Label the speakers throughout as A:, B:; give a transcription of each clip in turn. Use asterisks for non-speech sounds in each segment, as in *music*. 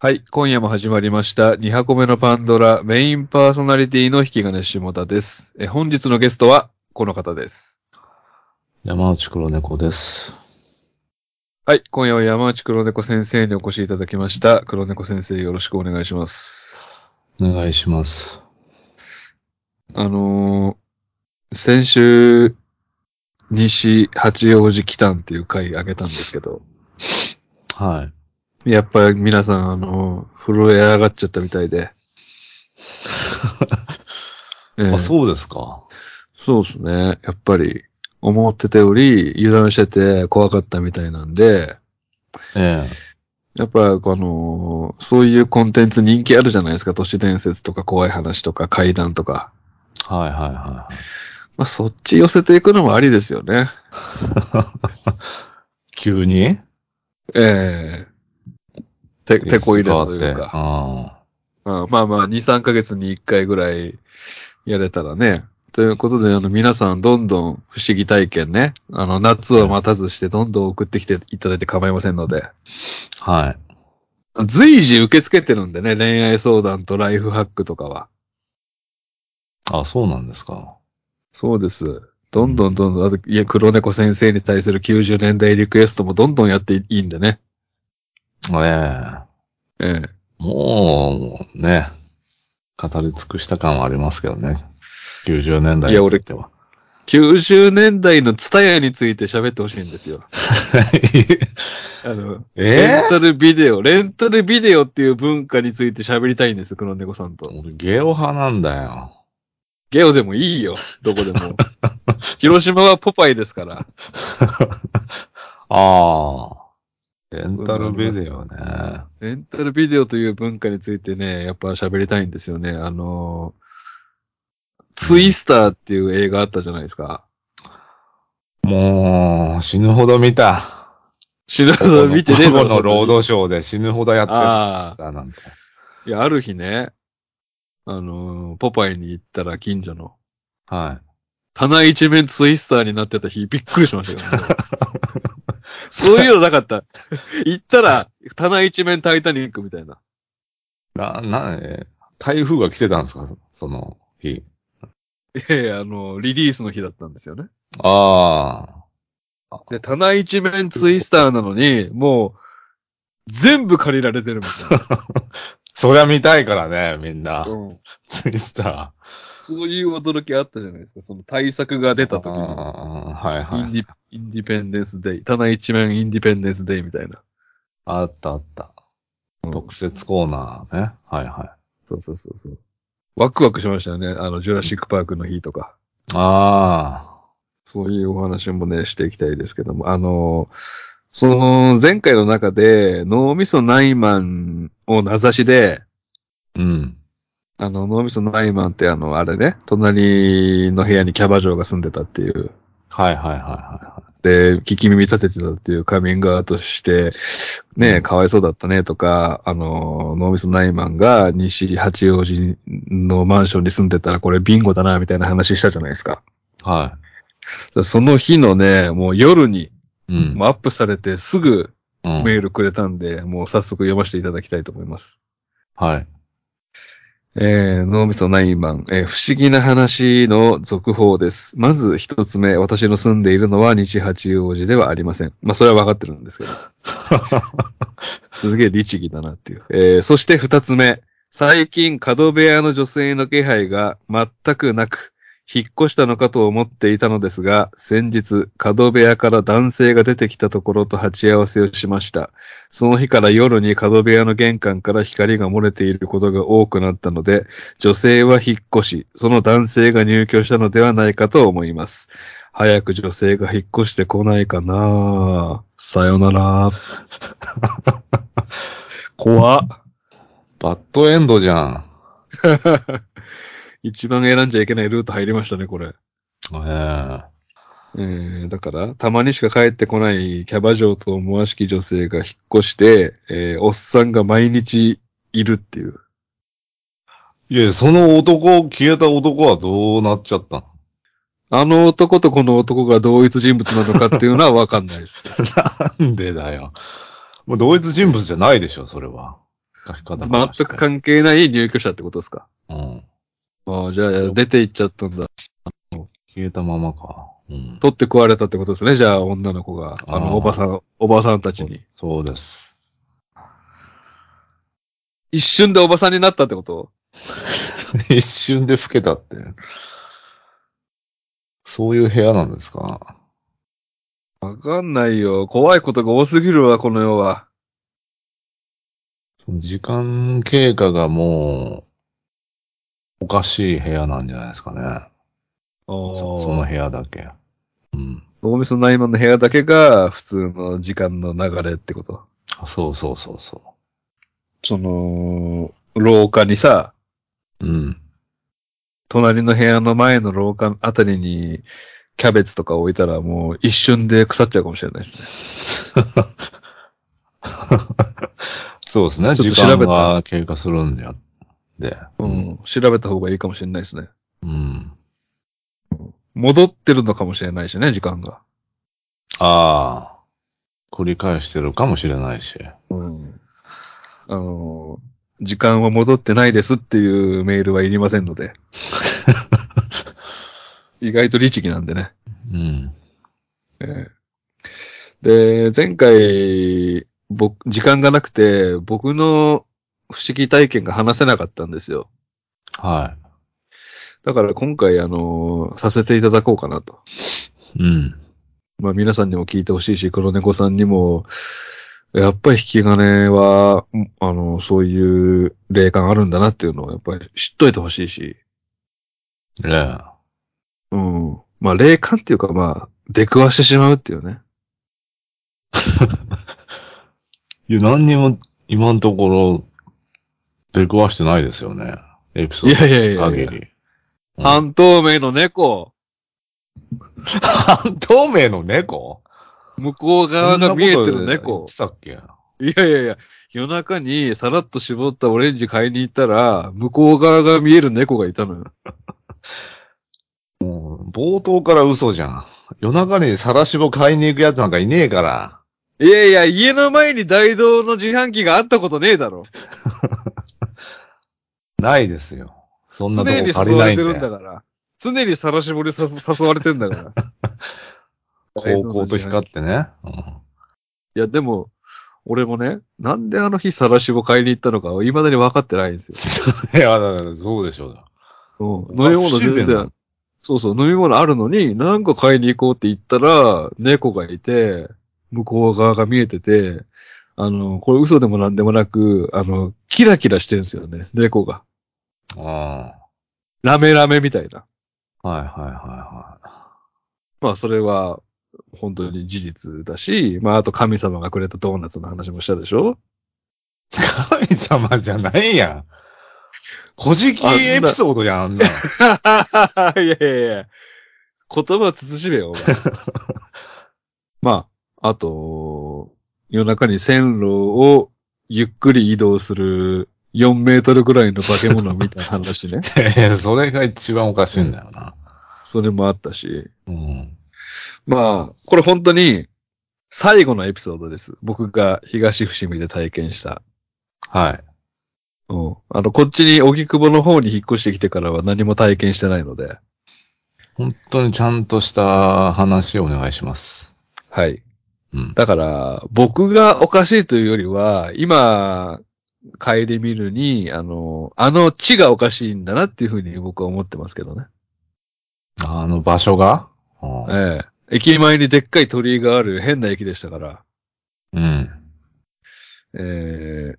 A: はい。今夜も始まりました。2箱目のパンドラ、メインパーソナリティの引き金下田です。え、本日のゲストは、この方です。
B: 山内黒猫です。
A: はい。今夜は山内黒猫先生にお越しいただきました。黒猫先生よろしくお願いします。
B: お願いします。
A: あのー、先週、西八王子北んっていう回あげたんですけど、
B: は
A: やっぱり皆さん、あのー、震え上がっちゃったみたいで。え
B: い。
A: え
B: あ、そうですか。
A: そうですね。やっぱり、思ってたより油断してて怖かったみたいなんで、
B: ええ。
A: やっぱ、この、そういうコンテンツ人気あるじゃないですか。都市伝説とか怖い話とか怪談とか。
B: はいはいはい。
A: まあ、そっち寄せていくのもありですよね。
B: 急に
A: ええて、てこ入れというか。
B: か。
A: うんまあまあ、2、3ヶ月に1回ぐらいやれたらね。ということで、あの、皆さん、どんどん不思議体験ね。あの、夏を待たずして、どんどん送ってきていただいて構いませんので。
B: うん。はい。
A: 随時受け付けてるんでね、恋愛相談とライフハックとかは。
B: あ、そうなんですか。
A: そうです。どんどんどんどん、あと、いや、黒猫先生に対する90年代リクエストもどんどんやっていいんでね。
B: ええ。
A: ええ。
B: もう、ね。語り尽くした感はありますけどね。90年代
A: いや
B: に
A: 俺
B: ついては。
A: 90年代のツタヤについて喋ってほしいんですよ。あの、
B: *laughs* え
A: レンタルビデオ、レンタルビデオっていう文化について喋りたいんです、黒猫さんと。
B: *laughs* 俺ゲオ派なんだよ。
A: ゲオでもいいよ、どこでも。広島はポパイですから。
B: ああ。レンタルビデオね。
A: レンタルビデオという文化についてね、やっぱ喋りたいんですよね。あのーツイスターっていう映画あったじゃないですか。
B: もう、死ぬほど見た。
A: 死ぬほど見てねえだ
B: 午
A: ろそ
B: 後の労
A: んな
B: 働省で死ぬほどやってる
A: あー
B: ツイスターなんて。
A: にいや、ある日ね、あのーポパイに行ったら近所の、
B: は
A: 棚一面ツイスターになってた日、びっくりしましたよ。そういうのなかった。行ったら、棚一面タイタニックみたいな。
B: い。な、な、え台風が来てたんですかその日。
A: いやいや、あのーリリースの日だったんですよね。
B: ああ。
A: で、棚一面ツイスターなのに、もう、全部借りられてるみたい
B: そりゃ見たいからね、みんな
A: な、。
B: *laughs*
A: うん。
B: ツイスタ
A: そういう驚きあったじゃないですか。その対策が出
B: ー。
A: た時に。
B: あーはい
A: イ
B: は
A: ン
B: い。
A: ディインディペンデンスデイ。棚一面インディペンデンスデイみたいな。
B: あったあった
A: う。ん
B: 特設コーナーね。はいはい。
A: そうそうそうそう。ワクワクしましたよね。あの、ジュラシックパークの日とか。
B: あ
A: そういうお話もね、していきたいですけども。あのー、その、前回の中で、脳みそナイマンを名指しで、
B: あ。うん。
A: あの、脳みそナイマンってあの、あれね、隣の部屋にキャバ嬢が住んでたっていう。
B: はいはいはいは
A: で、聞き耳立ててたっていうカミングアウトして、ね
B: う
A: え、
B: ん
A: かわいそうだったねとか、あの、脳みそナイマンが西八王子のマンションに住んでたらこれビンゴだな、みたいな話したじゃないですか。
B: い。は
A: その日のね、もう夜に、
B: い。うん。
A: もうアップされてすぐ
B: うん
A: メールくれたんで、もう早速読ませていただきたいと思います。
B: はい。 *laughs*
A: えー、脳みそナイマン、えー不思議な話の続報です。まず一つ目、私の住んでいるのは西八王子ではありません。まあ、それはわかってるんですけど。すげえ律儀だなっていう。えー、そして二つ目、最近角部屋の女性の気配が全くなく、引っ越したのかと思っていたのですが、先日、角部屋から男性が出てきたところと鉢合わせをしました。その日から夜に角部屋の玄関から光が漏れていることが多くなったので、女性は引っ越し、その男性が入居したのではないかと思います。早く女性が引っ越してこないかなさよなら。怖っ。
B: バッドエンドじゃん。
A: 一番選んじゃいけないルート入りましたね、これ。
B: ええ
A: えー、だから、たまにしか帰ってこないキャバ嬢と思わしき女性が引っ越して、えー、おっさんが毎日いるっていう。
B: いや、その男、消えた男はどうなっちゃったの
A: あの男とこの男が同一人物なのかっていうのはわ
B: *laughs*
A: かんないです。
B: なんでだよ。もう同一人物じゃないでしょ、それは。書き方からして
A: 全く関係ない入居者ってことですか
B: うん。
A: ああ、じゃあ、出て行っちゃったんだ。
B: 消えたままか。うん。
A: 取って食われたってことですね。じゃあ、女の子が、あ
B: ああ
A: の、おばさん、おばさんたちに。
B: そうです。 *laughs*
A: 一瞬でおばさんになったってこと
B: 一瞬で老けたって。そういう部屋なんですか
A: わかんないよ。怖いことが多すぎるわ、この世は。
B: その時間経過がもう、おかしい部屋なんじゃないですかね。そその部屋だけ。うん。
A: 脳みそ内マンの部屋だけが普通の時間の流れってこと。
B: あそうそうそうそ
A: その、廊下にさ、
B: う。うん。
A: 隣の部屋の前の廊下あたりに、キャベツとか置いたらもう一瞬で腐っちゃうかもしれないですね。
B: そうですね。
A: ちょっと
B: 時
A: 調べた
B: 間が経過するんだよ。で。
A: うん。調べた方がいいかもしれないですね。
B: うん。
A: 戻ってるのかもしれないしね、時間が。
B: ああ。繰り返してるかもしれないし。
A: うん。あの、時間は戻ってないですっていうメールはいりません *laughs* ので。意外と律儀なんでね。
B: うん。
A: ええで、前回、僕、時間がなくて、僕の不思議体験が話せなかったんですよ。
B: は
A: だから今回、あのさせていただこうかなと。
B: い。うん。
A: まあ皆さんにも聞いてほしいし、黒猫さんにも、やっぱり引き金は、うんあの、そういう霊感あるんだなっていうのをやっぱり知っといてほしいし、
B: ええ。
A: うん。まあ霊感っていうかまあ、出くわしてしまうっていうね。
B: いや、何にも今のところ出くわしてないですよね。エピソ
A: い
B: ー
A: やいやい
B: ド
A: や
B: 限
A: い
B: り。
A: や。 *laughs* 半透明の猫。
B: 半透明の猫
A: 向こう側が見えてる猫。
B: そんなこと言ってた
A: いや
B: っ
A: いやいや、夜中にさらっと絞ったオレンジ買いに行ったら、向こう側が見える猫がいたのよ。
B: けもう冒頭から嘘じゃん。夜中にサラシボ買いに行くやつなんかいねえから。
A: いやいや、家の前に大道の自販機があったことねえだろ。
B: ないですよ。そんな
A: 常
B: とこ
A: に
B: 借
A: 誘
B: り
A: わ
B: な
A: れ
B: い
A: て
B: ん
A: る
B: で
A: んだ。から。常にさら絞りさ *laughs* 誘われてんだから。
B: *laughs* 高校と光ってね。うん *laughs*
A: いや、でも、俺もね、なんであの日さらしぼ買いに行ったのか、未だに分かってないんですよ。
B: いや、だからそうでしょう。
A: うん飲み物全
B: 不自然
A: 然
B: な、
A: そうそう、飲み物あるのに、なんか買いに行こうって言ったら、猫がいて、向こう側が見えてて、あの、これ嘘でもなんでもなく、あの、キラキラしてるんですよね、猫が。
B: うん。はい
A: ラメラメみたいな。
B: はいはいは
A: まあ、それは、本当に事実だし、まあ、あと神様がくれたドーナツの話もしたでしょ
B: い。神様じゃないやん。古事記エピソードやん、あんな
A: *laughs*
B: の。
A: いやいやいや。言葉慎めよ、お前まあ、あと、夜中に線路をゆっくり移動する4メートルぐらいの化け物みたいな話ね。
B: ええそれが一番おかしいんだよな。
A: それもあったし。
B: うん。
A: まあ、これ本当に最後のエピソードです。僕が東伏見で体験した。
B: はい。
A: うん。あの、こっちに荻窪の方に引っ越してきてからは何も体験してないので。
B: 本当にちゃんとした話をお願いします。
A: はい。
B: うん。
A: だから、僕がおかしいというよりは、今、帰り見るに、あの、あの地がおかしいんだなっていうふうに僕は思ってますけどね。
B: あの場所がうん
A: ええ。駅前にでっかい鳥居がある変な駅でしたから、
B: うん。
A: ええ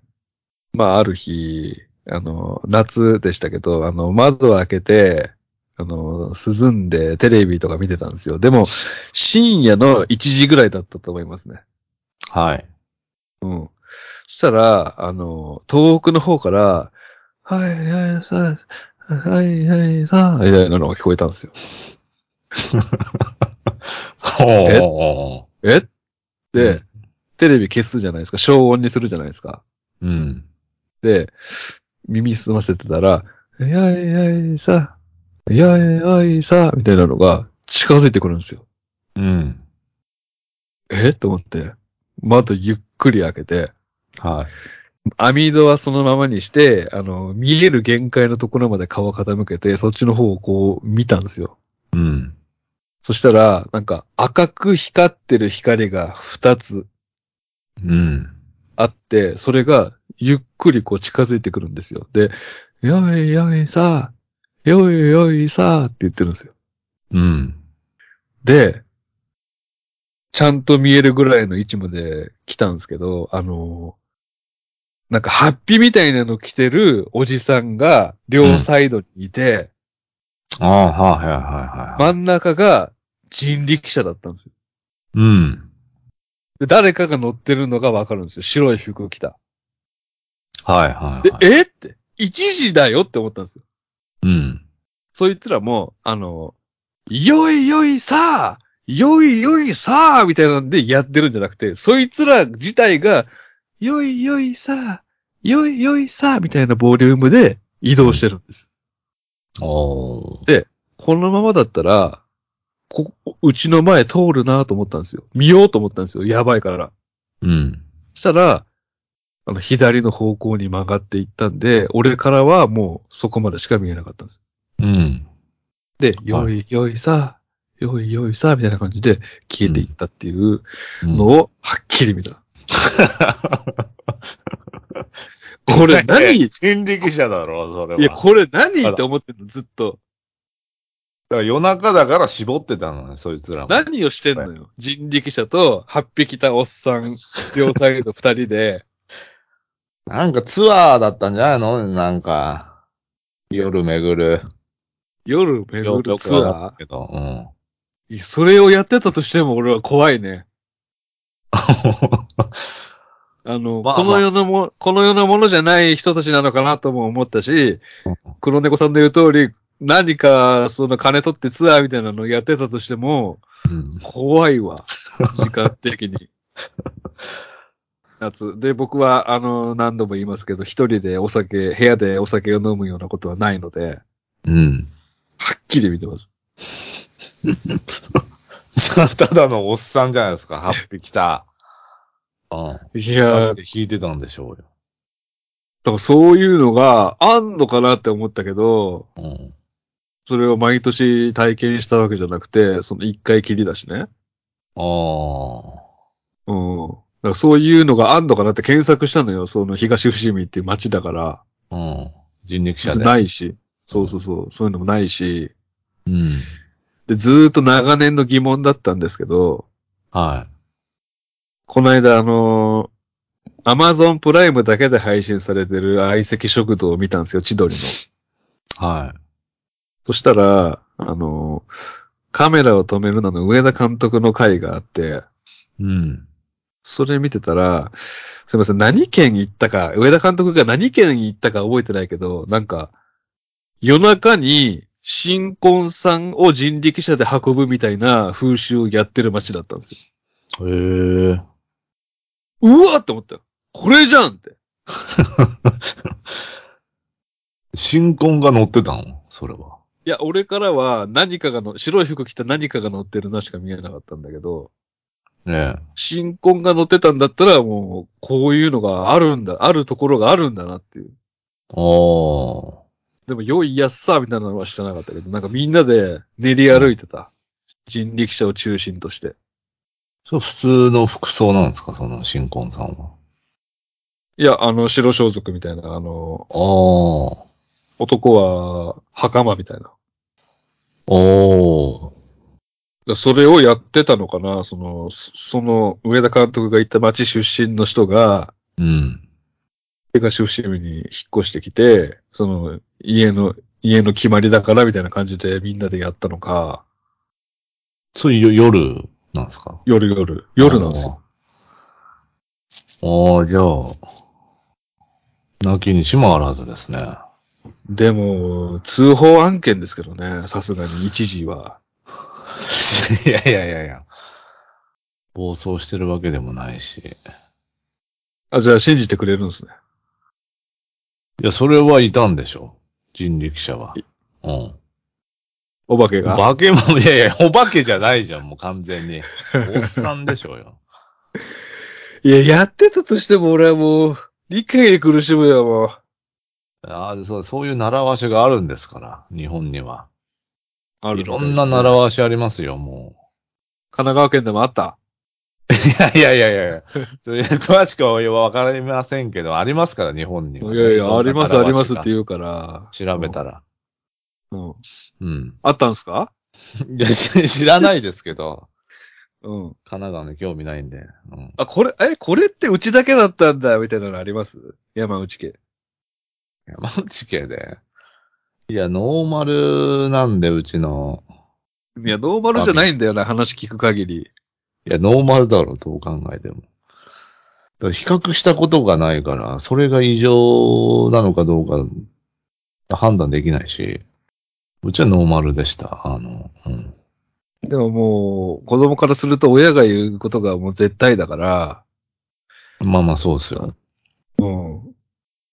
A: まあ、ある日、あの、夏でしたけど、あの、窓を開けて、あの、涼んでテレビとか見てたんですよ。でも、深夜の1時ぐらいだったと思いますね。
B: はい。
A: うん。そしたら、あの、遠くの方から、はい、はい、さ、はい、はい、さ、みたいなのが聞こえたんですよ。え
B: ほ
A: えで、
B: うん
A: テレビ消すじゃないですか。消音にするじゃないですか。
B: う。うん。
A: で、耳澄ませてたら、はい、はい、さ、はい、はい、さ、みたいなのが近づいてくるんですよ。
B: うん。
A: えと思って、窓ゆっくり開けて、
B: は
A: 網戸はそのままにして、あの、見える限界のところまで顔を傾けて、そっちの方をこう見たんですよ。
B: うん。
A: そしたら、なんか赤く光ってる光が2つ
B: うん。
A: あって、それがゆっくりこう近づいてくるんですよ。で、よいよいさあ、よいよいさあって言ってるんですよ。
B: うん。
A: で、ちゃんと見えるぐらいの位置まで来たんですけど、あのーなんかハッピーみたいなの着てるおじさんが両サイドにいて、
B: ああ、はいはいはいはい。
A: 真ん中が人力車だったんですよ。
B: うん。
A: で、誰かが乗ってるのがわかるんですよ。白い服を着た。
B: はいはい
A: で、
B: はい。
A: えって、1時だよって思ったんですよ。
B: うん。
A: そいつらも、あのーよいよいさあよいよいさあみたいなんでやってるんじゃなくて、そいつら自体が、よいよいさあよいよいさあみたいなボリュームで移動してるんです。
B: おー。
A: このままだったら、ここ、うちの前通るなと思ったんですよ。見ようと思ったんですよ。やばいから。
B: うん。
A: したら、あの、左の方向に曲がっていったんで、俺からはもうそこまでしか見えなかったんです。
B: うん。
A: で、よ
B: はい
A: よいさ、よいよいさ、みたいな感じで消えていったっていう
B: うん
A: のをはっきり見
B: *laughs*
A: た。これ何い
B: 人力車だろ、それは。
A: や、これ何
B: あら
A: って思ってんの、ずっと。
B: だから夜中だから絞ってたのね、そいつらも。
A: 何をしてんのよ。人力車と8匹いたおっさん、両サイド2人で。
B: なんかツアーだったんじゃないのなんか、夜巡る。
A: 夜巡るツ
B: よく
A: ア
B: わかんないけど、うん。
A: ーいやそれをやってたとしても俺は怖いね。あの、
B: まあ
A: この世のも、この世のものじゃない人たちなのかなとも思ったし
B: うん、
A: 黒猫さんの言う通り、何か、その金取ってツアーみたいなのやってたとしても、
B: うん
A: 怖い
B: *laughs*
A: わ。時間的に。夏。で、僕は、あの、何度も言いますけど、一人でお酒、部屋でお酒を飲むようなことはないので、
B: うん。 *laughs*
A: はっきり見てます。
B: ただのおっさんじゃないですか、8匹来た。うん。
A: い
B: だ
A: やー、だ
B: って弾いてたんでしょうよ。
A: からそういうのがあんのかなって思ったけど、
B: うん。
A: それを毎年体験したわけじゃなくて、その一回きりだしね。
B: あ
A: うん。だからそういうのがあんのかなって検索したのよ。その東伏見っていう街だから。
B: あ。うん。人力車で。
A: ないし。そうそうそう。そういうのもないし。
B: うん。
A: で、ずーっと長年の疑問だったんですけど、
B: は
A: この間あのアマゾンプライムだけで配信されてる相席食堂を見たんですよ、千鳥の。
B: い。はい。
A: そしたら、あのカメラを止めるなの上田監督の回があって、
B: うん。
A: それ見てたら、すいません、何県行ったか、上田監督が何県行ったか覚えてないけど、なんか、夜中に新婚さんを人力車で運ぶみたいな風習をやってる街だったんですよ。
B: へえ。
A: うわーって思ったよ。これじゃんって。
B: 新婚が乗ってたのそれは。
A: いや、俺からは何かがの、白い服着た何かが乗ってるなしか見えなかったんだけど、
B: ね
A: 新婚が乗ってたんだったらもう、こういうのがあるんだ、あるところがあるんだなっていう。
B: え。ああ。
A: でも、良いやっさーみたいなのはしてなかったけど、なんかみんなで練り歩いてた。人力車を中心として。
B: そう、普通の服装なんですかその新婚さんは。
A: いや、あの、白装束みたいな、あの、
B: ああ。
A: 男は袴みたいな。だか
B: おー。
A: らそれをやってたのかなその、そその、上田監督が行った町出身の人が、
B: うん。
A: 東伏見に引っ越してきて、その、家の、家の決まりだからみたいな感じでみんなでやったのか、
B: そういう夜なんですか
A: 夜夜、夜なんですよ。
B: あー。あー、じゃあ、泣きにしもあらずですね。 *laughs*
A: でも、通報案件ですけどね、さすがに一時は。
B: いやいやいやいや。暴走してるわけでもないし。
A: あ、じゃあ信じてくれるんですね。
B: いや、それはいたんでしょ人力車は。うん。
A: お化けが。
B: 化け物、い *laughs* やいや、お化けじゃないじゃん、もう完全に。おっさんでしょうよ。 *laughs*
A: いや、やってたとしても俺はもう、理解に苦しむよ、もう。
B: ああ、そう、そういう習わしがあるんですから、日本には。
A: あ
B: い
A: みたで
B: ろ
A: すね
B: んな習わしありますよ、も
A: 神奈川県でもあった。
B: う。い *laughs* やいやいやいや、それ詳しくはわかりませんけど、ありますから、日本に
A: い
B: は。
A: やいや、あります、ありますって
B: う。
A: 言うから。
B: 調べたら。
A: うん。うん
B: うん。
A: あったんすか
B: いや、し知らないですけど、
A: うん。
B: 神奈川に興味ないんで。うん。
A: あ、これ、え、これってうちだけだったんだ、みたいなのあります山内家。
B: 山口家で。いや、ノーマルなんで、うちの。
A: いや、ノーマルじゃないんだよな、話聞く限り。
B: いや、ノーマルだろ、どう考えても。だから比較したことがないから、それが異常なのかどうか判断できないし、うちはノーマルでした。あの、うん。
A: でももう、子供からすると親が言うことがもう絶対だから、
B: まあまあそうですよ。
A: うん。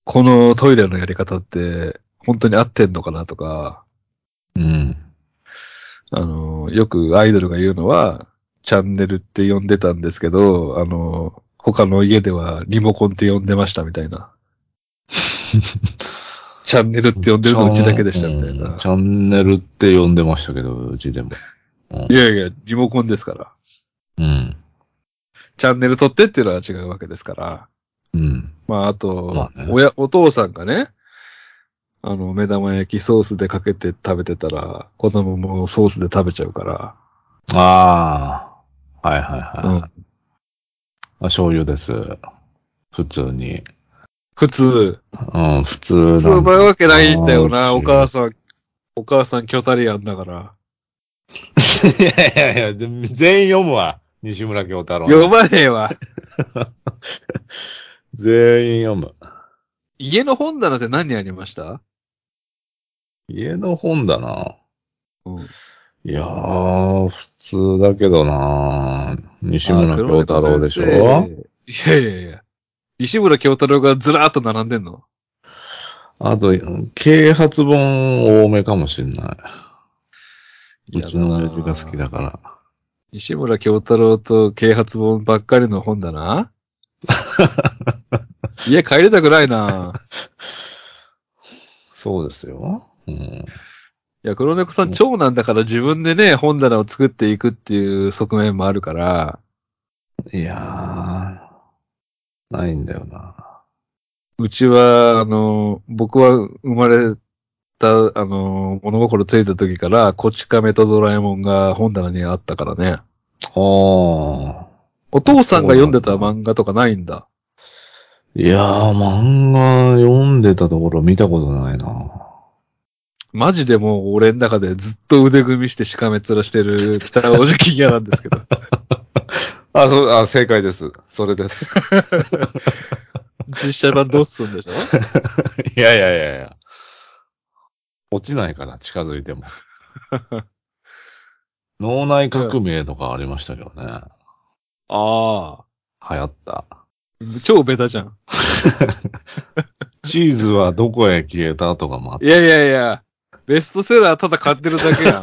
A: このトイレのやり方って、本当に合ってんのかなとか、
B: うん。
A: あの、よくアイドルが言うのは、チャンネルって呼んでたんですけど、あの、他の家ではリモコンって呼んでましたみたい
B: *laughs*
A: な。チャンネルって呼んでるのうちだけでしたみたい
B: うん
A: な。
B: チャンネルって呼んでましたけど、うちでも。
A: いやいや、リモコンですから。
B: うん。
A: チャンネル取ってっていうのは違うわけですから。
B: うん。
A: まあ、あと
B: ま、あね
A: 親、お父さんがね、あの、目玉焼きソースでかけて食べてたら、子供もソースで食べちゃうか
B: ああ。はいはい
A: ら、
B: はい。
A: うん
B: あ醤油です。普通に。
A: 普通、
B: うん、普通なん
A: 普
B: で
A: 通なわけないんだよ
B: あ
A: な、
B: ー
A: お母さん、お母さんキョタリアンだから。
B: *laughs* いやいやいや、で全員読むわ。西村京太郎。
A: 呼ばねえわ。
B: 全員読む。
A: 家の本棚って何ありました
B: 家の本だな。
A: うん。
B: いやー、普通だけどな西村京太郎でしょ
A: あ黒猫先生いやいやいや。西村京太郎がずらーっと並んでんの
B: あと、啓発本多めかもしんない。うちの親父が好きだから。
A: 西村京太郎と啓発本ばっかりの本だな。
B: *laughs*
A: 家帰りたくないな。
B: *laughs* そうですよ。うん。
A: いや、黒猫さん長男だから自分でね、本棚を作っていくっていう側面もあるから、
B: いやー、ないんだよな。
A: うちは、あの、僕は生まれた、あの、物心ついた時から、こち亀とドラえもんが本棚にあったからね。
B: あ
A: お父さんが読んでた漫画とかないんだ。
B: ー。いやー、漫画読んでたところ見たことないな。
A: マジでもう俺の中でずっと腕組みしてしかめ面してる北尾じき嫌なんですけど。
B: あ、そう、あ、正解です。それです。
A: 実写版どうすんでしょ
B: *laughs* いやいやいやいや。落ちないから、近づい *laughs* ても。脳内革命とかありましたけどね。
A: ああ。
B: 流行った。
A: 超ベタじゃん。
B: チーズはどこへ消えたとかもあっ *laughs*
A: いやいやいや、ベストセラーただ買ってるだけやん。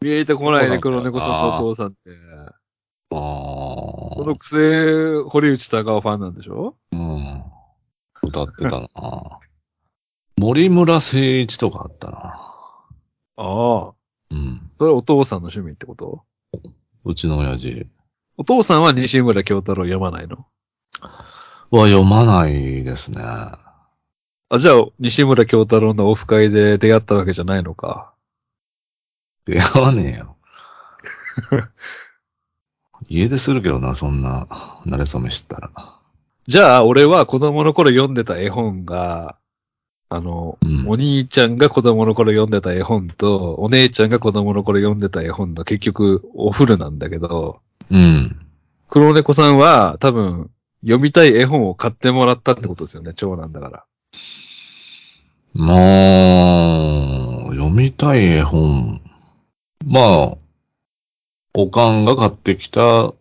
A: 見えてこないね、
B: そうな
A: 黒
B: んだよな
A: 猫さんのお父さんって。
B: た。
A: このくせ、堀内孝雄ファンなんでしょ
B: うん。歌ってたな。森村誠一とかあったな。
A: ああ。
B: うん。
A: それお父さんの趣味ってこと
B: うちの親父
A: お父さんは西村京太郎読まないの
B: は読まないですね。
A: あ、じゃあ、西村京太郎のオフ会で出会ったわけじゃないのか。
B: 出会わねえよ。家でするけどな、そんな、慣れ初め知ったら。
A: じゃあ、俺は子供の頃読んでた絵本が、あの、
B: うん
A: お兄ちゃんが子供の頃読んでた絵本と、お姉ちゃんが子供の頃読んでた絵本の結局、お古なんだけど、
B: うん。
A: 黒猫さんは多分、読みたい絵本を買ってもらったってことですよね、長男だから。
B: もう、読みたい絵本。まあ、おかんが買ってきた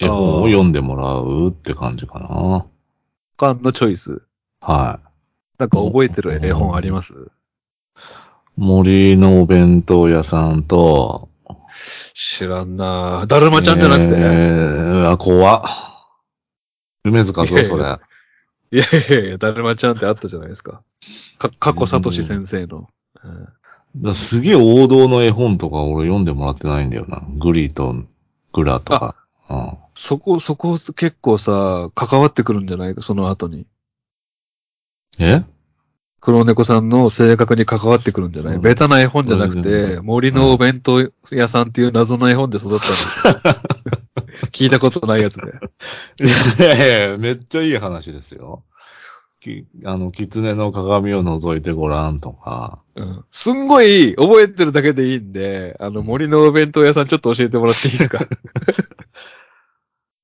B: 絵本を読んでもらうって感じかな。
A: 他のチョイス。
B: は
A: なんか覚えてる絵本あります
B: い。森のお弁当屋さんと、
A: 知らんなぁだるまちゃんじゃなくて、
B: えー、あ、怖っ梅塚
A: いや
B: ぞ、
A: いや
B: それ。
A: いやいやいや、だるまちゃんってあったじゃないですか。か、過去さとし先生の。うん
B: だすげえ王道の絵本とか俺読んでもらってないんだよな。グリーとグラとか。うん。
A: そこ、そこ結構さ、関わってくるんじゃないか、その後に。
B: え
A: 黒猫さんの性格に関わってくるんじゃない
B: そう
A: ベタな絵本じゃなく
B: そうだ
A: て、森のお弁当屋さんっていう謎の絵本で育った *laughs* んですよ聞いたことないやつで。
B: *laughs* いやいやめっちゃいい話ですよ。きあの、狐の鏡を覗いてごらんとか。
A: うんすんごい覚えてるだけでいいんで、あの森のお弁当屋さんちょっと教えてもらっていいです *laughs* か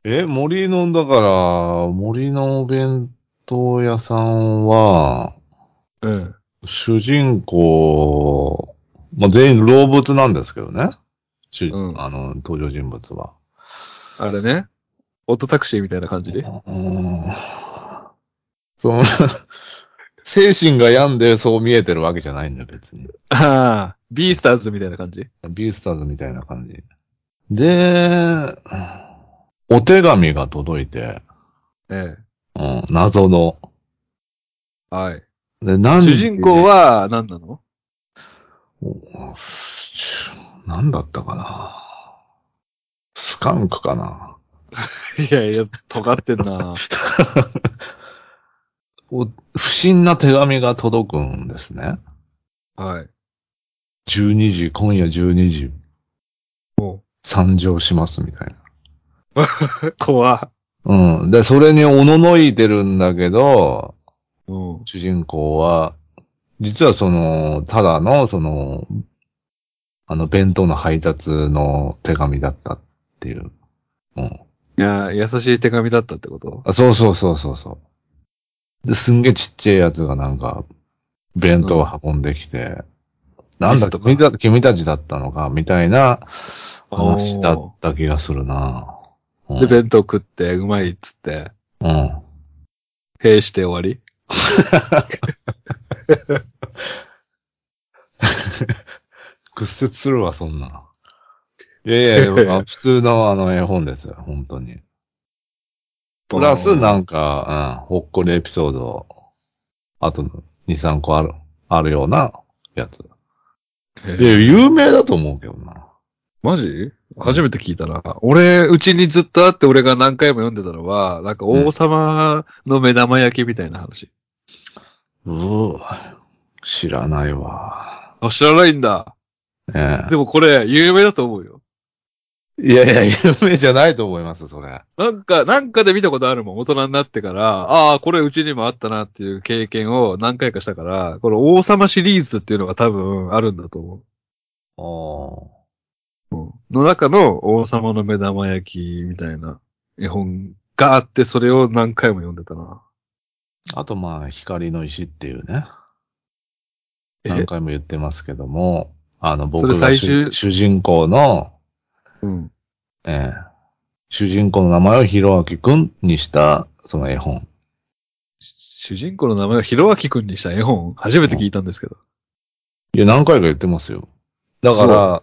B: え、森の、だから、森のお弁当屋さんは、
A: うん。
B: 主人公、まあ、全員老物なんですけどね。主
A: うん
B: あの、登場人物は。
A: あれね。オートタクシーみたいな感じで。
B: うーんその、精神が病んでそう見えてるわけじゃないんだよ、別に。
A: ああ、ビースターズみたいな感じ。
B: ビースターズみたいな感じ。で、お手紙が届いて、
A: ええ。
B: うん、謎の。
A: はい。
B: で、なん
A: 主人公は何なの
B: おすなんだったかな。スカンクかな。 *laughs*
A: いやいや、尖ってんな。
B: お不審な手紙が届くんですね。
A: はい。
B: 12時、今夜12時
A: おう、
B: 参上しますみたい
A: 怖
B: な。うん。で、それにおののいてるんだけど、
A: うん。
B: 主人公は、実はその、ただの、その、あの、弁当の配達の手紙だったっていう。うん。
A: いや、優しい手紙だったってこと
B: あそうそうそうそうそう。で、すんげえちっちゃいやつがなんか、弁当を運んできて、なんだ
A: リストか
B: 君た、君たちだったのか、みたいな話だった気がするな。うん
A: で、弁当食って、うまいっつって、
B: うん。
A: へいして終わり
B: 屈折するわ、そんな。いやいやまあ、普通のあの絵本ですよ、本当に。プラス
A: あ
B: なんか、うん、ほっこりエピソード、あと2、3個ある、あるようなやつ。
A: ー
B: いや、有名だと思うけどな。
A: マジ初めて聞いたな。俺、うちにずっとあって俺が何回も読んでたのは、なんか王様の目玉焼きみたいな話。
B: うー知らないわ。
A: あ、知らないんだ。
B: え
A: でもこれ、有名だと思うよ。
B: え。いやいや、有名じゃないと思います、それ。
A: なんか、なんかで見たことあるもん。大人になってから、ああ、これうちにもあったなっていう経験を何回かしたから、この王様シリーズっていうのが多分あるんだと思
B: お
A: う。の中の王様の目玉焼きみたいな絵本があって、それを何回も読んでたな。
B: あと、まあ、光の石っていうね。
A: え
B: 何回も言ってますけども、あの、僕
A: それ
B: が
A: 最
B: 主
A: 終
B: 主人公の、
A: うん。
B: ええ主人公の名前をひろあきくんにした、その絵本。
A: 主人公の名前をひろあきくんにした絵本、初めて聞いたんですけど。
B: いや、何回か言ってますよ。だから、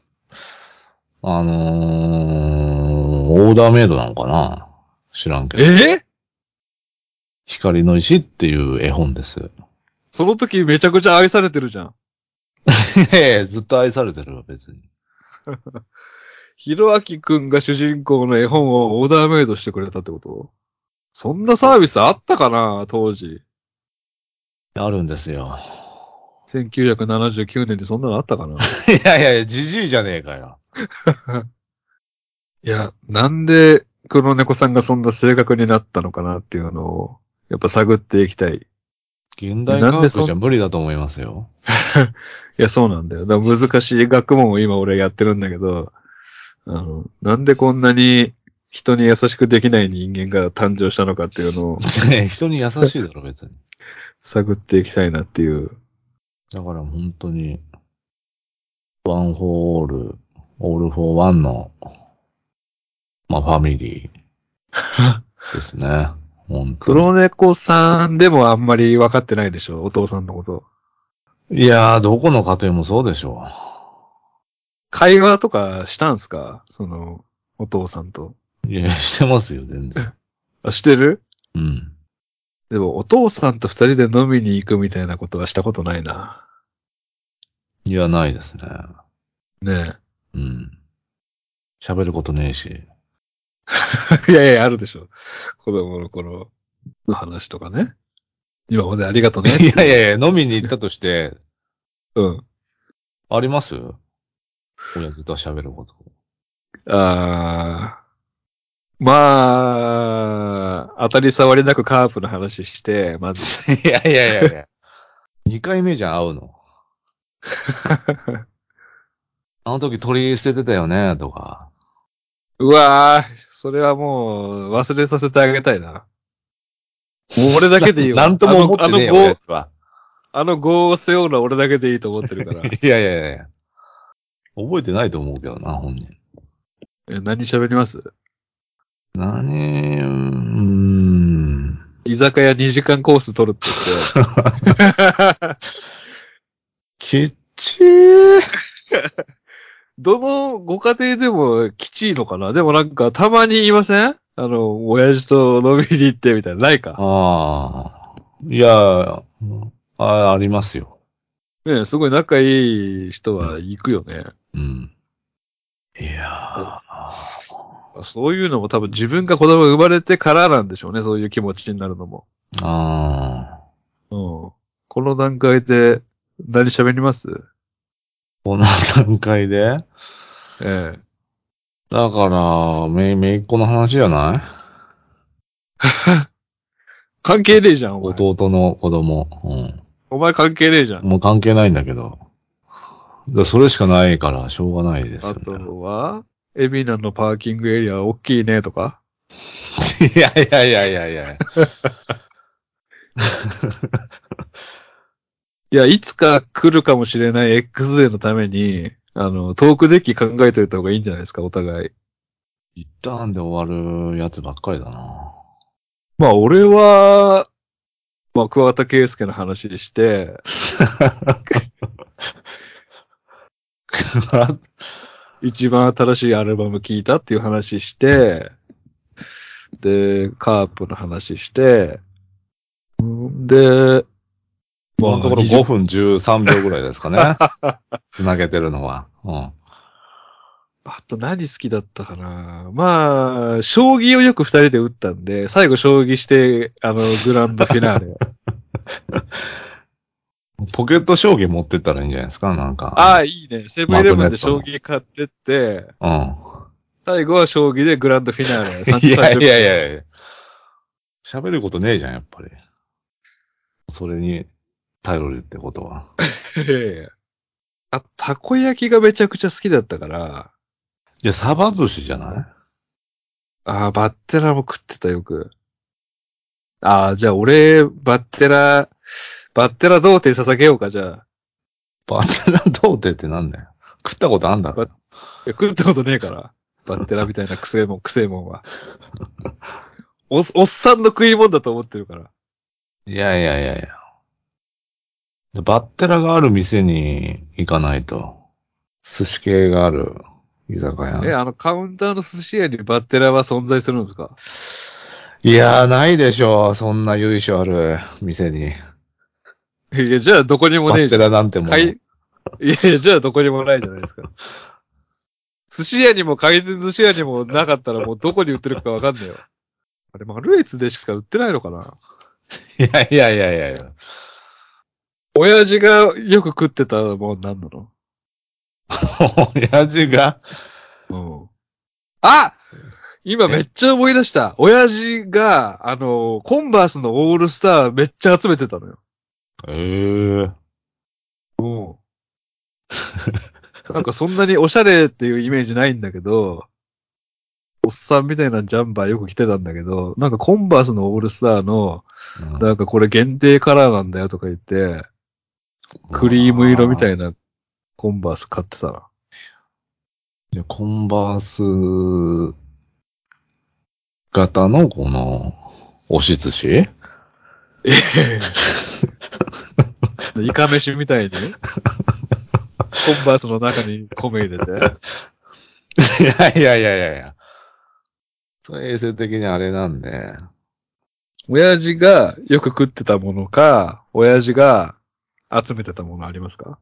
B: あのー、オーダーメイドなのかな知らんけど。
A: ええ
B: 光の石っていう絵本です。
A: その時めちゃくちゃ愛されてるじゃん。
B: いやいやずっと愛されてるわ、別に。
A: ひろあきくんが主人公の絵本をオーダーメイドしてくれたってことそんなサービスあったかな当時。
B: あるんですよ。
A: 1979年にそんなのあった *laughs* かな
B: いやいやいや、じじいじゃねえかよ。
A: いや、なんで黒猫さんがそんな性格になったのかなっていうのを、やっぱ探っていきたい。い
B: 現代
A: な
B: 科
A: んでそ
B: 学じゃ無理だと思いますよ。
A: や、そうなんだよ。だから難しい学問を今俺やってるんだけど、あの、なんでこんなに人に優しくできない人間が誕生したのかっていうのを
B: 人に優しいだろ、別に。
A: 探っていきたいなっていう。
B: だから本当に、ワン・フォー・オール、オール・フォー・ワンの、まあ、ファミリーですね。本当に。
A: 黒猫さんでもあんまり分かってないでしょお父さんのこと。
B: いやー、どこの家庭もそうでしょ
A: 会話とかしたんすかその、お父さんと。
B: う。いや、してますよ、全然。
A: あ、してる
B: うん。
A: でも、お父さんと二人で飲みに行くみたいなことはしたことないな。
B: いや、ないですね。
A: ね
B: うん。喋ることねえし。
A: え。い *laughs* やいや、あるでしょ。子供の頃の話とかね。今までありがとうね。
B: *laughs* いやいやいや、飲みに行ったとして、
A: うん。
B: あります親父と喋ること。
A: あー。まあ、当たり障りなくカープの話して、まず。
B: *laughs* いやいやい *laughs* やいや。2回目じゃん、会うの。あの時鳥捨ててたよね、とか。
A: うわー、それはもう忘れさせてあげたいな。俺だけでいいよ。
B: なんとも思ってねえ
A: あ
B: よ、
A: のあの
B: 俺
A: 業あの業を背負うのは俺だけでいいと思ってるから。
B: *laughs* いやいやいや。覚えてないと思うけどな、本人。
A: え何喋ります
B: 何、うーん。
A: 居酒屋2時間コース取るって言って。
B: きっちー。
A: どのご家庭でもきちいのかなでもなんかたまに言いませんあの、親父と飲みに行ってみたいな。ないか。
B: ああ。いや、あ、ありますよ。
A: ねすごい仲いい人は行くよね。
B: うん。いや
A: そういうのも多分自分が子供が生まれてからなんでしょうね。そういう気持ちになるのも。
B: ー。あー。
A: うん。この段階で何喋ります
B: この段階で
A: ええ。
B: だから、め、めいっ子の話じゃない
A: 関係ねえじゃん、お前。
B: 弟の子供。う
A: お前関係ねえじゃん。
B: ん。もう関係ないんだけど。だからそれしかないから、しょうがないです
A: あ
B: よね。
A: とは、エビナのパーキングエリア大きいねとか。
B: いやいやいやいやいや。
A: いや、いつか来るかもしれない X デーのために、あの、トークデッキ考えといた方がいいんじゃないですか、お互い。
B: 一旦で終わるやつばっかりだな。
A: *laughs* まあ、俺は、まあ、桑田圭介の話して、一番新しいアルバム聞いたっていう話して、で、カープの話して、んで、
B: まあ、だから5
A: 20
B: 分13秒ぐらいですかね。
A: *laughs*
B: つなげてるのは。うん。
A: あと何好きだったかなまあ、将棋をよく二人で打ったんで、最後将棋して、あの、グランドフィナーレ。
B: ポケット将棋持ってったらいいんじゃないですかなんか。
A: ああ、いいね。セブンイレブンで将棋買ってって、
B: う
A: 最後は将棋でグランドフィナーレ。
B: ん。いやいやい
A: や。
B: やいや喋ることねえじゃん、やっぱり。それに頼るってことは。
A: いやいや *laughs* あ、たこ焼きがめちゃくちゃ好きだったから、
B: いや、サバ寿司じゃない
A: ああ、バッテラも食ってたよく。ああ、じゃあ俺、バッテラ、バッテラ童貞捧げようか、じゃあ。
B: バテラ童貞ってなんだよ。食ったことあんだろ。
A: いや、食ったことねえから。バッテラみたいなくせえも *laughs* ん、くせえもんは。おっ、おっさんの食い物だと思ってるから。
B: いやいやいやいや。バッテラがある店に行かないと。寿司系がある居酒屋。
A: え、あの、カウンターの寿司屋にバッテラは存在するんですか
B: いやー、ないでしょう。そんな由緒ある店に。
A: いや、じゃあどこにも
B: バ
A: ねえ
B: ッ
A: じゃ
B: テ
A: ん。
B: ラなんてもう。
A: 回いやいや、じゃあどこにもないじゃないですか。寿司屋にも回転寿司屋にもなかったらもうどこに売ってるかわかんないよ。あれ、マルエツでしか売ってないのかない
B: やいやいやいやいや。
A: 親父がよく食ってたもんなんなの
B: 親父が、
A: うん。あ今めっちゃ思い出した。親父が、あの、コンバースのオールスターめっちゃ集めてたのよ。
B: えー、
A: うん。なんかそんなにおしゃれっていうイメージないんだけど、おっさんみたいなジャンバーよく着てたんだけど、なんかコンバースのオールスターの、なんかこれ限定カラーなんだよとか言って、クリーム色みた
B: い。
A: いなコンバース買ってたな。
B: いやコンバース型のこの、押し寿司 *laughs*
A: ええ。イカ飯みたいに、コンバースの中に米入れて。
B: いやいやいやいやいや。それ衛生的にあれなんで。
A: 親父がよく食ってたものか、親父が集めてたものありますか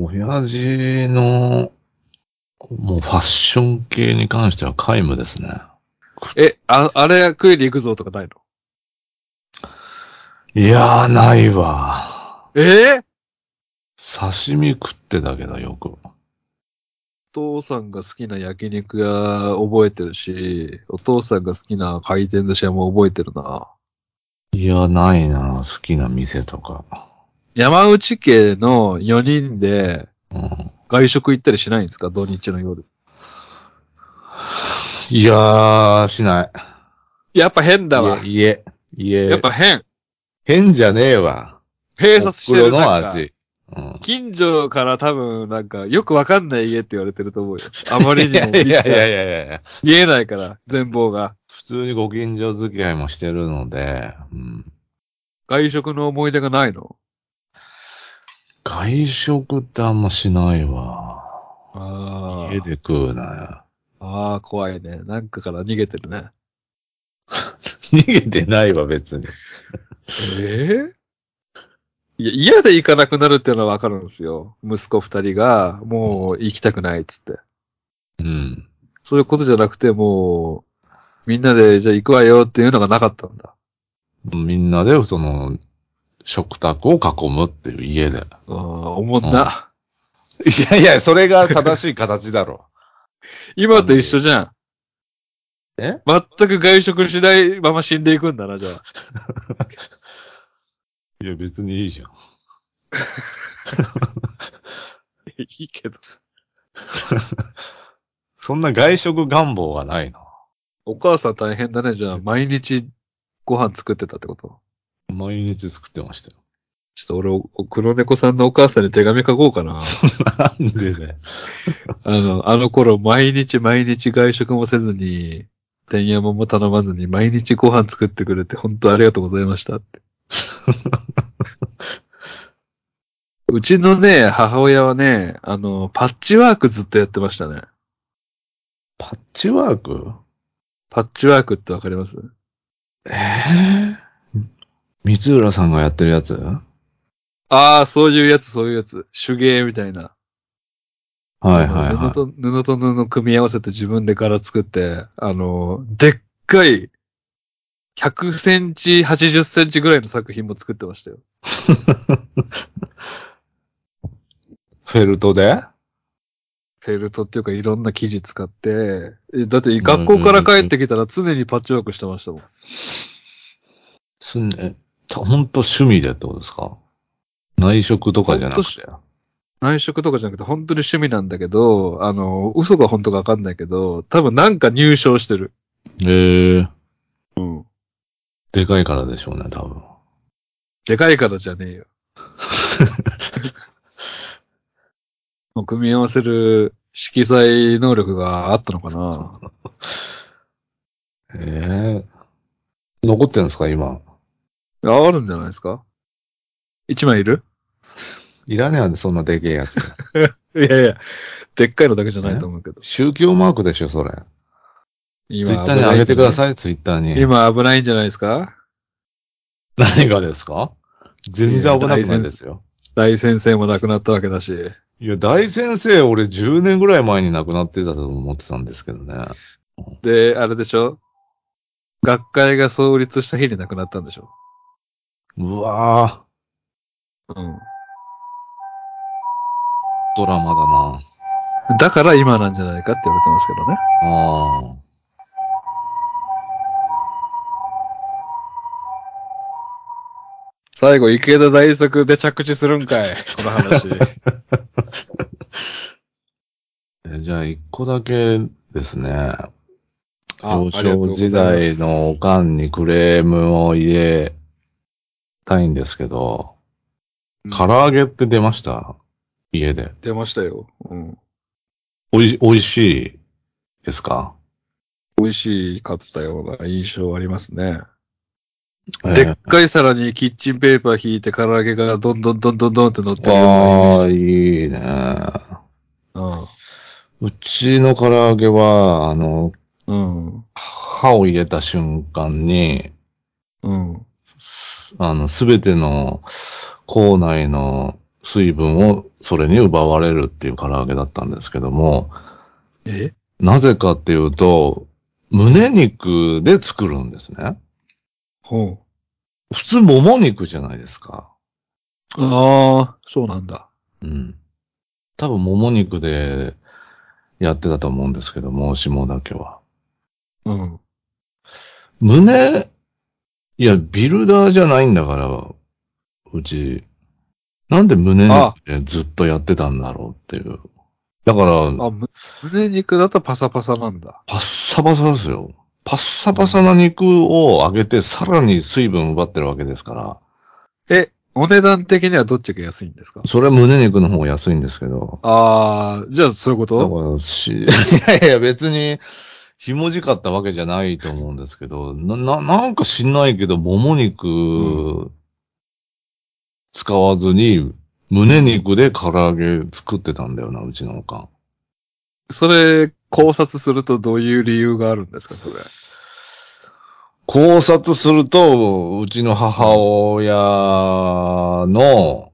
B: 親父の、もうファッション系に関しては皆無ですね。
A: え、あ、あれ食いに行くぞとかないの
B: いやー、ないわ。
A: えー
B: 刺身食ってたけど、よく。
A: お父さんが好きな焼肉屋覚えてるし、お父さんが好きな回転寿司屋も覚えてるな。
B: いや、ないな。好きな店とか。
A: 山内家の4人で
B: うん。
A: 外食行ったりしないんですか土日の夜。
B: いやー、しない。
A: やっぱ変だわ。
B: 家、家、
A: やっぱ変。
B: 変じゃねえわ。
A: 閉鎖して
B: お
A: る
B: 袋の
A: なんか
B: 味。うん。
A: 近所から多分なんかよくわかんない家って言われてると思
B: *laughs*
A: うよ。あまりにも見
B: いやいやいやいやいや。
A: 見えないから、全貌が。
B: 普通にご近所付き合いもしてるので、うん。
A: 外食の思い出がないの
B: 外食ってあんましないわ。
A: あ
B: 家で食うな。
A: ああ、怖いね。なんかから逃げてるね。
B: *laughs* 逃げてないわ、別に。
A: ええいや、嫌で行かなくなるっていうのはわかるんですよ。息子二人が、もう行きたくないっつって。
B: うん。
A: そういうことじゃなくて、もう、みんなで、じゃあ行くわよっていうのがなかったんだ。
B: みんなで、その、食卓を囲むっていう家で。
A: ああ、おもんな。
B: いやいや、それが正しい形だろ
A: 今と一緒じゃん。
B: え
A: 全く外食しないまま死んでいくんだな、じゃあ。
B: う。 *laughs* いや、別にいいじゃん。
A: *laughs* いいけど。
B: そんな外食願望がないな。
A: お母さん大変だね、じゃあ。毎日ご飯作ってたってこと
B: 毎日作ってましたよ。
A: ちょっと俺、お黒猫さんのお母さんに手紙書こうかな。
B: なんでね。
A: あの、あの頃、毎日毎日外食もせずに、てんやもんも頼まずに、毎日ご飯作ってくれて、本当ありがとうございました *laughs* って。うちのね、母親はね、あの、パッチワークずっとやってましたね。
B: パッチワーク
A: パッチワークってわかります
B: ええ三浦さんがやってるやつは
A: ああ、そういうやつ、そういうやつ。手芸みたいな。
B: いはい
A: 布
B: は
A: と、布と布組み合わせて自分で柄作って、あの、でっかい、100センチ、80センチぐらいの作品も作ってましたよ。
B: い。フェルトで
A: フェルトっていうかいろんな生地使って、えだって学校から帰ってきたら常にパッチワークしてましたもん。
B: すんえ、たほんと趣味でってことですか内職とかじゃなくて。
A: 内職とかじゃなくて本当に趣味なんだけど、あの、嘘が本当かわかんないけど、多分なんか入賞してる。
B: ええ
A: うん。
B: でかいからでしょうね、多分。
A: でかいからじゃ
B: *laughs*
A: ねえよ。もう組み合わせる色彩能力があったのかな
B: ええ残ってんですか、今。
A: ああるんじゃないですか一枚いる
B: いらねえわね、そんなでけえや *laughs* つ。
A: いやいや、でっかいのだけじゃないと思うけど。
B: 宗教マークでしょ、それ。ツ
A: ツ
B: イッターに上げてください、ツイッターに。
A: 今危ないんじゃないですか
B: 何がですか全然危なくないですよ。
A: 大先生も亡くなったわけだし。
B: いや、大先生、俺10年ぐらい前に亡くなってたと思ってたんですけどね。
A: で、あれでしょ学会が創立した日に亡くなったんでしょ
B: うわ
A: うん。
B: ぁ、ドラマだな
A: だから今なんじゃないかって言われてますけどね。
B: ああ。
A: 最後、池田大作で着地するんか *laughs* い。この話。
B: えじゃあ、一個だけですね。
A: あ
B: 幼
A: ありがとう
B: 少
A: ござい
B: 時
A: ます
B: 代のおかんにクレームを入れたいんですけど、
A: うん
B: 唐揚げって出ました家で。
A: *laughs* 出ましたよ。うん。
B: おい、おいしいですか
A: 美味しかったような印象ありますね。
B: え
A: でっかい皿にキッチンペーパー引いて唐揚げがどんどんどんどんどんって乗ってるようなイメージ。
B: ああ、いいね。
A: うん
B: うちの唐揚げは、あの、
A: うん。
B: 歯を入れた瞬間に、
A: うん。
B: すあの、すべての口内の水分をそれに奪われるっていう唐揚げだったんですけども、
A: え
B: なぜかっていうと、胸肉で作るんですね。
A: ほ
B: 普通、もも肉じゃないですか。
A: う。ああ、そうなんだ。
B: うん。多分、もも肉でやってたと思うんですけども、下だけは。
A: うん。
B: 胸、いや、ビルダーじゃないんだから、うち、なんで胸
A: あ
B: 肉でずっとやってたんだろうっていう。だから、
A: あ、む胸肉だとパサパサなんだ。
B: パッサパサですよ。パッサパサな肉を揚げて、さらに水分奪ってるわけですから、
A: え、お値段的にはどっちが安いんですか
B: それは胸肉の方が安いんですけど、
A: ああ、じゃあそういうこ
B: だか
A: と
B: らし、 *laughs* いやいや、別に、ひもじかったわけじゃないと思うんですけど、な、な、なんか知んないけど、もも肉、使わずに、胸肉で唐揚げ作ってたんだよな、うちのおかん。
A: それ、考察するとどういう理由があるんですかそれ。
B: 考察すると、うちの母親の、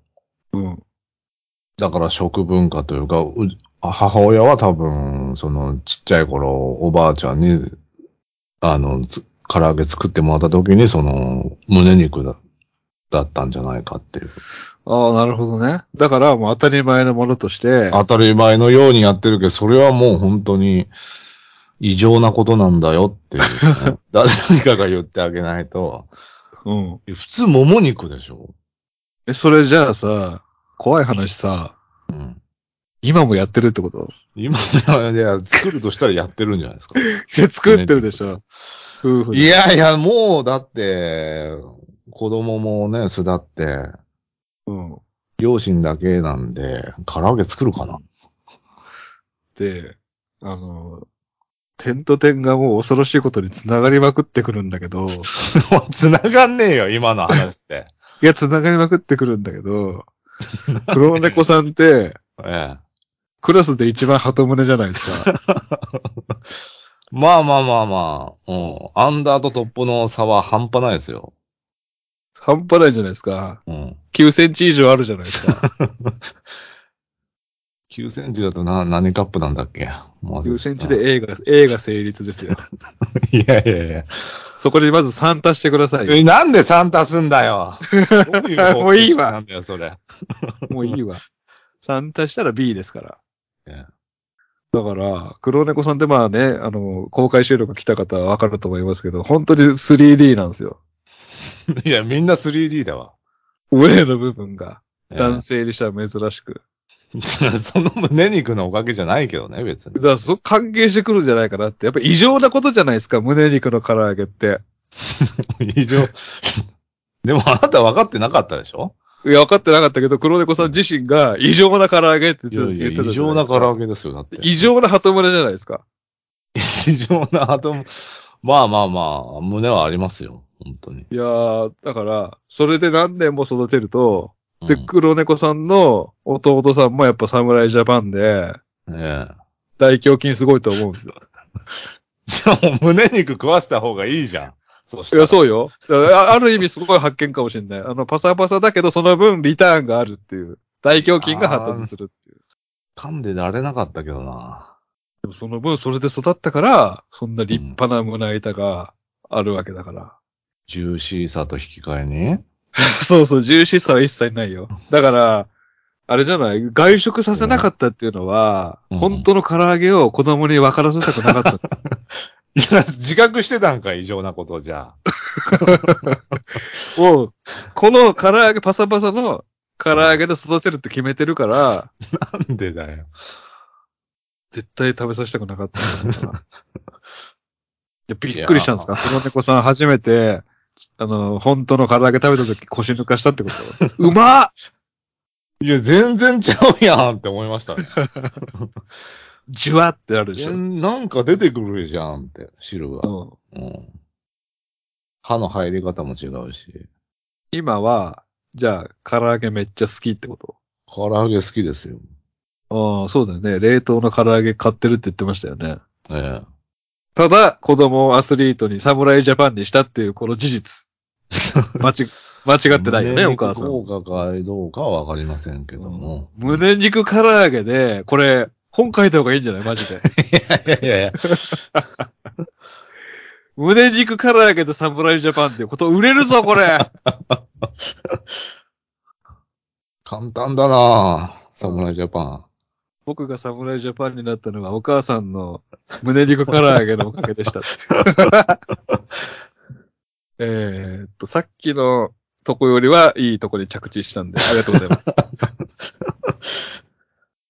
A: うん。
B: だから食文化というか、う母親は多分、その、ちっちゃい頃、おばあちゃんに、あの、つ唐揚げ作ってもらった時に、その、胸肉だだったんじゃないかっていう。
A: ああ、なるほどね。だからもう当たり前のものとして、
B: 当たり前のようにやってるけど、それはもう本当に、異常なことなんだよっていうね、誰かが言ってあげないと。
A: うん。
B: 普通、もも肉でしょ
A: え、それじゃあさ、怖い話さ、
B: うん。 *laughs*
A: 今もやってるって *laughs* こと
B: 今の、いや、作るとしたらやってるんじゃないですか。
A: え作ってるでしょ夫婦で
B: いやいや、もうだって、子供もね、巣立って、
A: うん。
B: 両親だけなんで、唐揚げ作るかな *laughs*
A: で、あの、点と点がもう恐ろしいことに繋がりまくってくるんだけ *laughs* ど、
B: 繋がんねえよ、今の話って。 *laughs*
A: いや、繋がりまくってくるんだけ *laughs* ど、黒猫さんって、
B: ええ。
A: クラスで一番鳩胸じゃないです *laughs* か。
B: まあまあまあまあ、うん。アンダーとトップの差は半端ないですよ。
A: 半端ないじゃないですか。
B: うん。
A: 9センチ以上あるじゃないですか。
B: 9センチだとな、何カップなんだっけ
A: 9センチ。
B: *laughs* もう
A: で A が、A が成立ですよ。
B: いやいやいや。
A: そこにまず3足してください。
B: え、なんで3足すん
A: *laughs*
B: だよ。どういう方
A: もういいわ
B: なんだよ、それ。
A: もういいわ。3足したら B ですから。
B: え
A: だから、黒猫さんってまあね、あの、公開収録来た方はわかると思いますけど、本当に 3D なんですよ。
B: えいや、みんな 3D だわ。
A: 胸の部分が。
B: ええ
A: 男性にしたら珍しく。
B: *laughs* その胸肉のおかげじゃないけどね、別に
A: だ。から、そ、関係してくるんじゃないかなって。やっぱ異常なことじゃないですか、胸肉の唐揚げって。
B: *laughs* 以上。でもあなた分かってなかったでしょ
A: いや、分かってなかったけど、黒猫さん自身が異常な唐揚げって言って言ってた
B: 異
A: じゃ
B: 常
A: いで
B: な
A: す
B: 唐揚げですよ、だって。
A: 異常な鳩胸じゃないですか。
B: 異常な後も、まあまあまあ、胸はありますよ、本当に。
A: いやー、だから、それで何年も育てると、
B: うん
A: で、黒猫さんの弟さんもやっぱ侍ジャパンで、
B: ええ。 *laughs*
A: 大胸筋すごいと思うん *laughs* ですよ。
B: じゃあもう胸肉食わした方がいいじゃん。そし
A: い
B: たら。
A: や、そうよ。だからあある意味すごい発見かもしれない。あの、パサパサだけど、その分リターンがあるっていう。大胸筋が発達するっていう。
B: 噛んでられなかったけどな。
A: でもその分それで育ったから、そんな立派な胸板があるわけだから。
B: ジューシーさと引き換えに。 *laughs*
A: そうそう、ジューシーさは一切ないよ。だから、あれじゃない外食させなかったっていうのは、
B: うん
A: 本当の唐揚げを子供に分からせたくなかった。
B: いや、自覚してたんか、異常なことじゃ。
A: もう、この唐揚げ、パサパサの唐揚げで育てるって決めてるから、
B: なんでだよ。
A: 絶対食べさせたくなか *laughs* ったんだろうな。いやびっくりしたんですか黒猫さん初めて、あの、本当の唐揚げ食べた時腰抜かしたってこと *laughs* うまっ
B: いや、全然ちゃうやんって思いま *laughs* したね。
A: じゅわってなるでしょ。うん
B: 全なんか出てくるじゃんって、汁が。うん。歯の入り方も違うし。
A: 今は、じゃあ、唐揚げめっちゃ好きってこと
B: 唐揚げ好きですよ。
A: ああ、そうだよね。冷凍の唐揚げ買ってるって言ってましたよね。
B: ええ。
A: ただ、子供をアスリートに侍ジャパンにしたっていうこの事実。間違、間違ってないよね、お母さん。
B: 効果かどうかはわかりませんけども。
A: 胸肉唐揚げで、これ、本書いた方がいいんじゃないマジで。
B: いやいやいや、
A: 胸肉唐揚げで侍ジャパンっていうこと、売れるぞ、これ
B: 簡単だなぁ。侍ジャパ
A: 僕が侍ジャパンになったのは、お母さんの胸肉唐揚げのおかげでした。えーっと、さっきのとこよりはいいとこに着地したんで、ありがとうございます。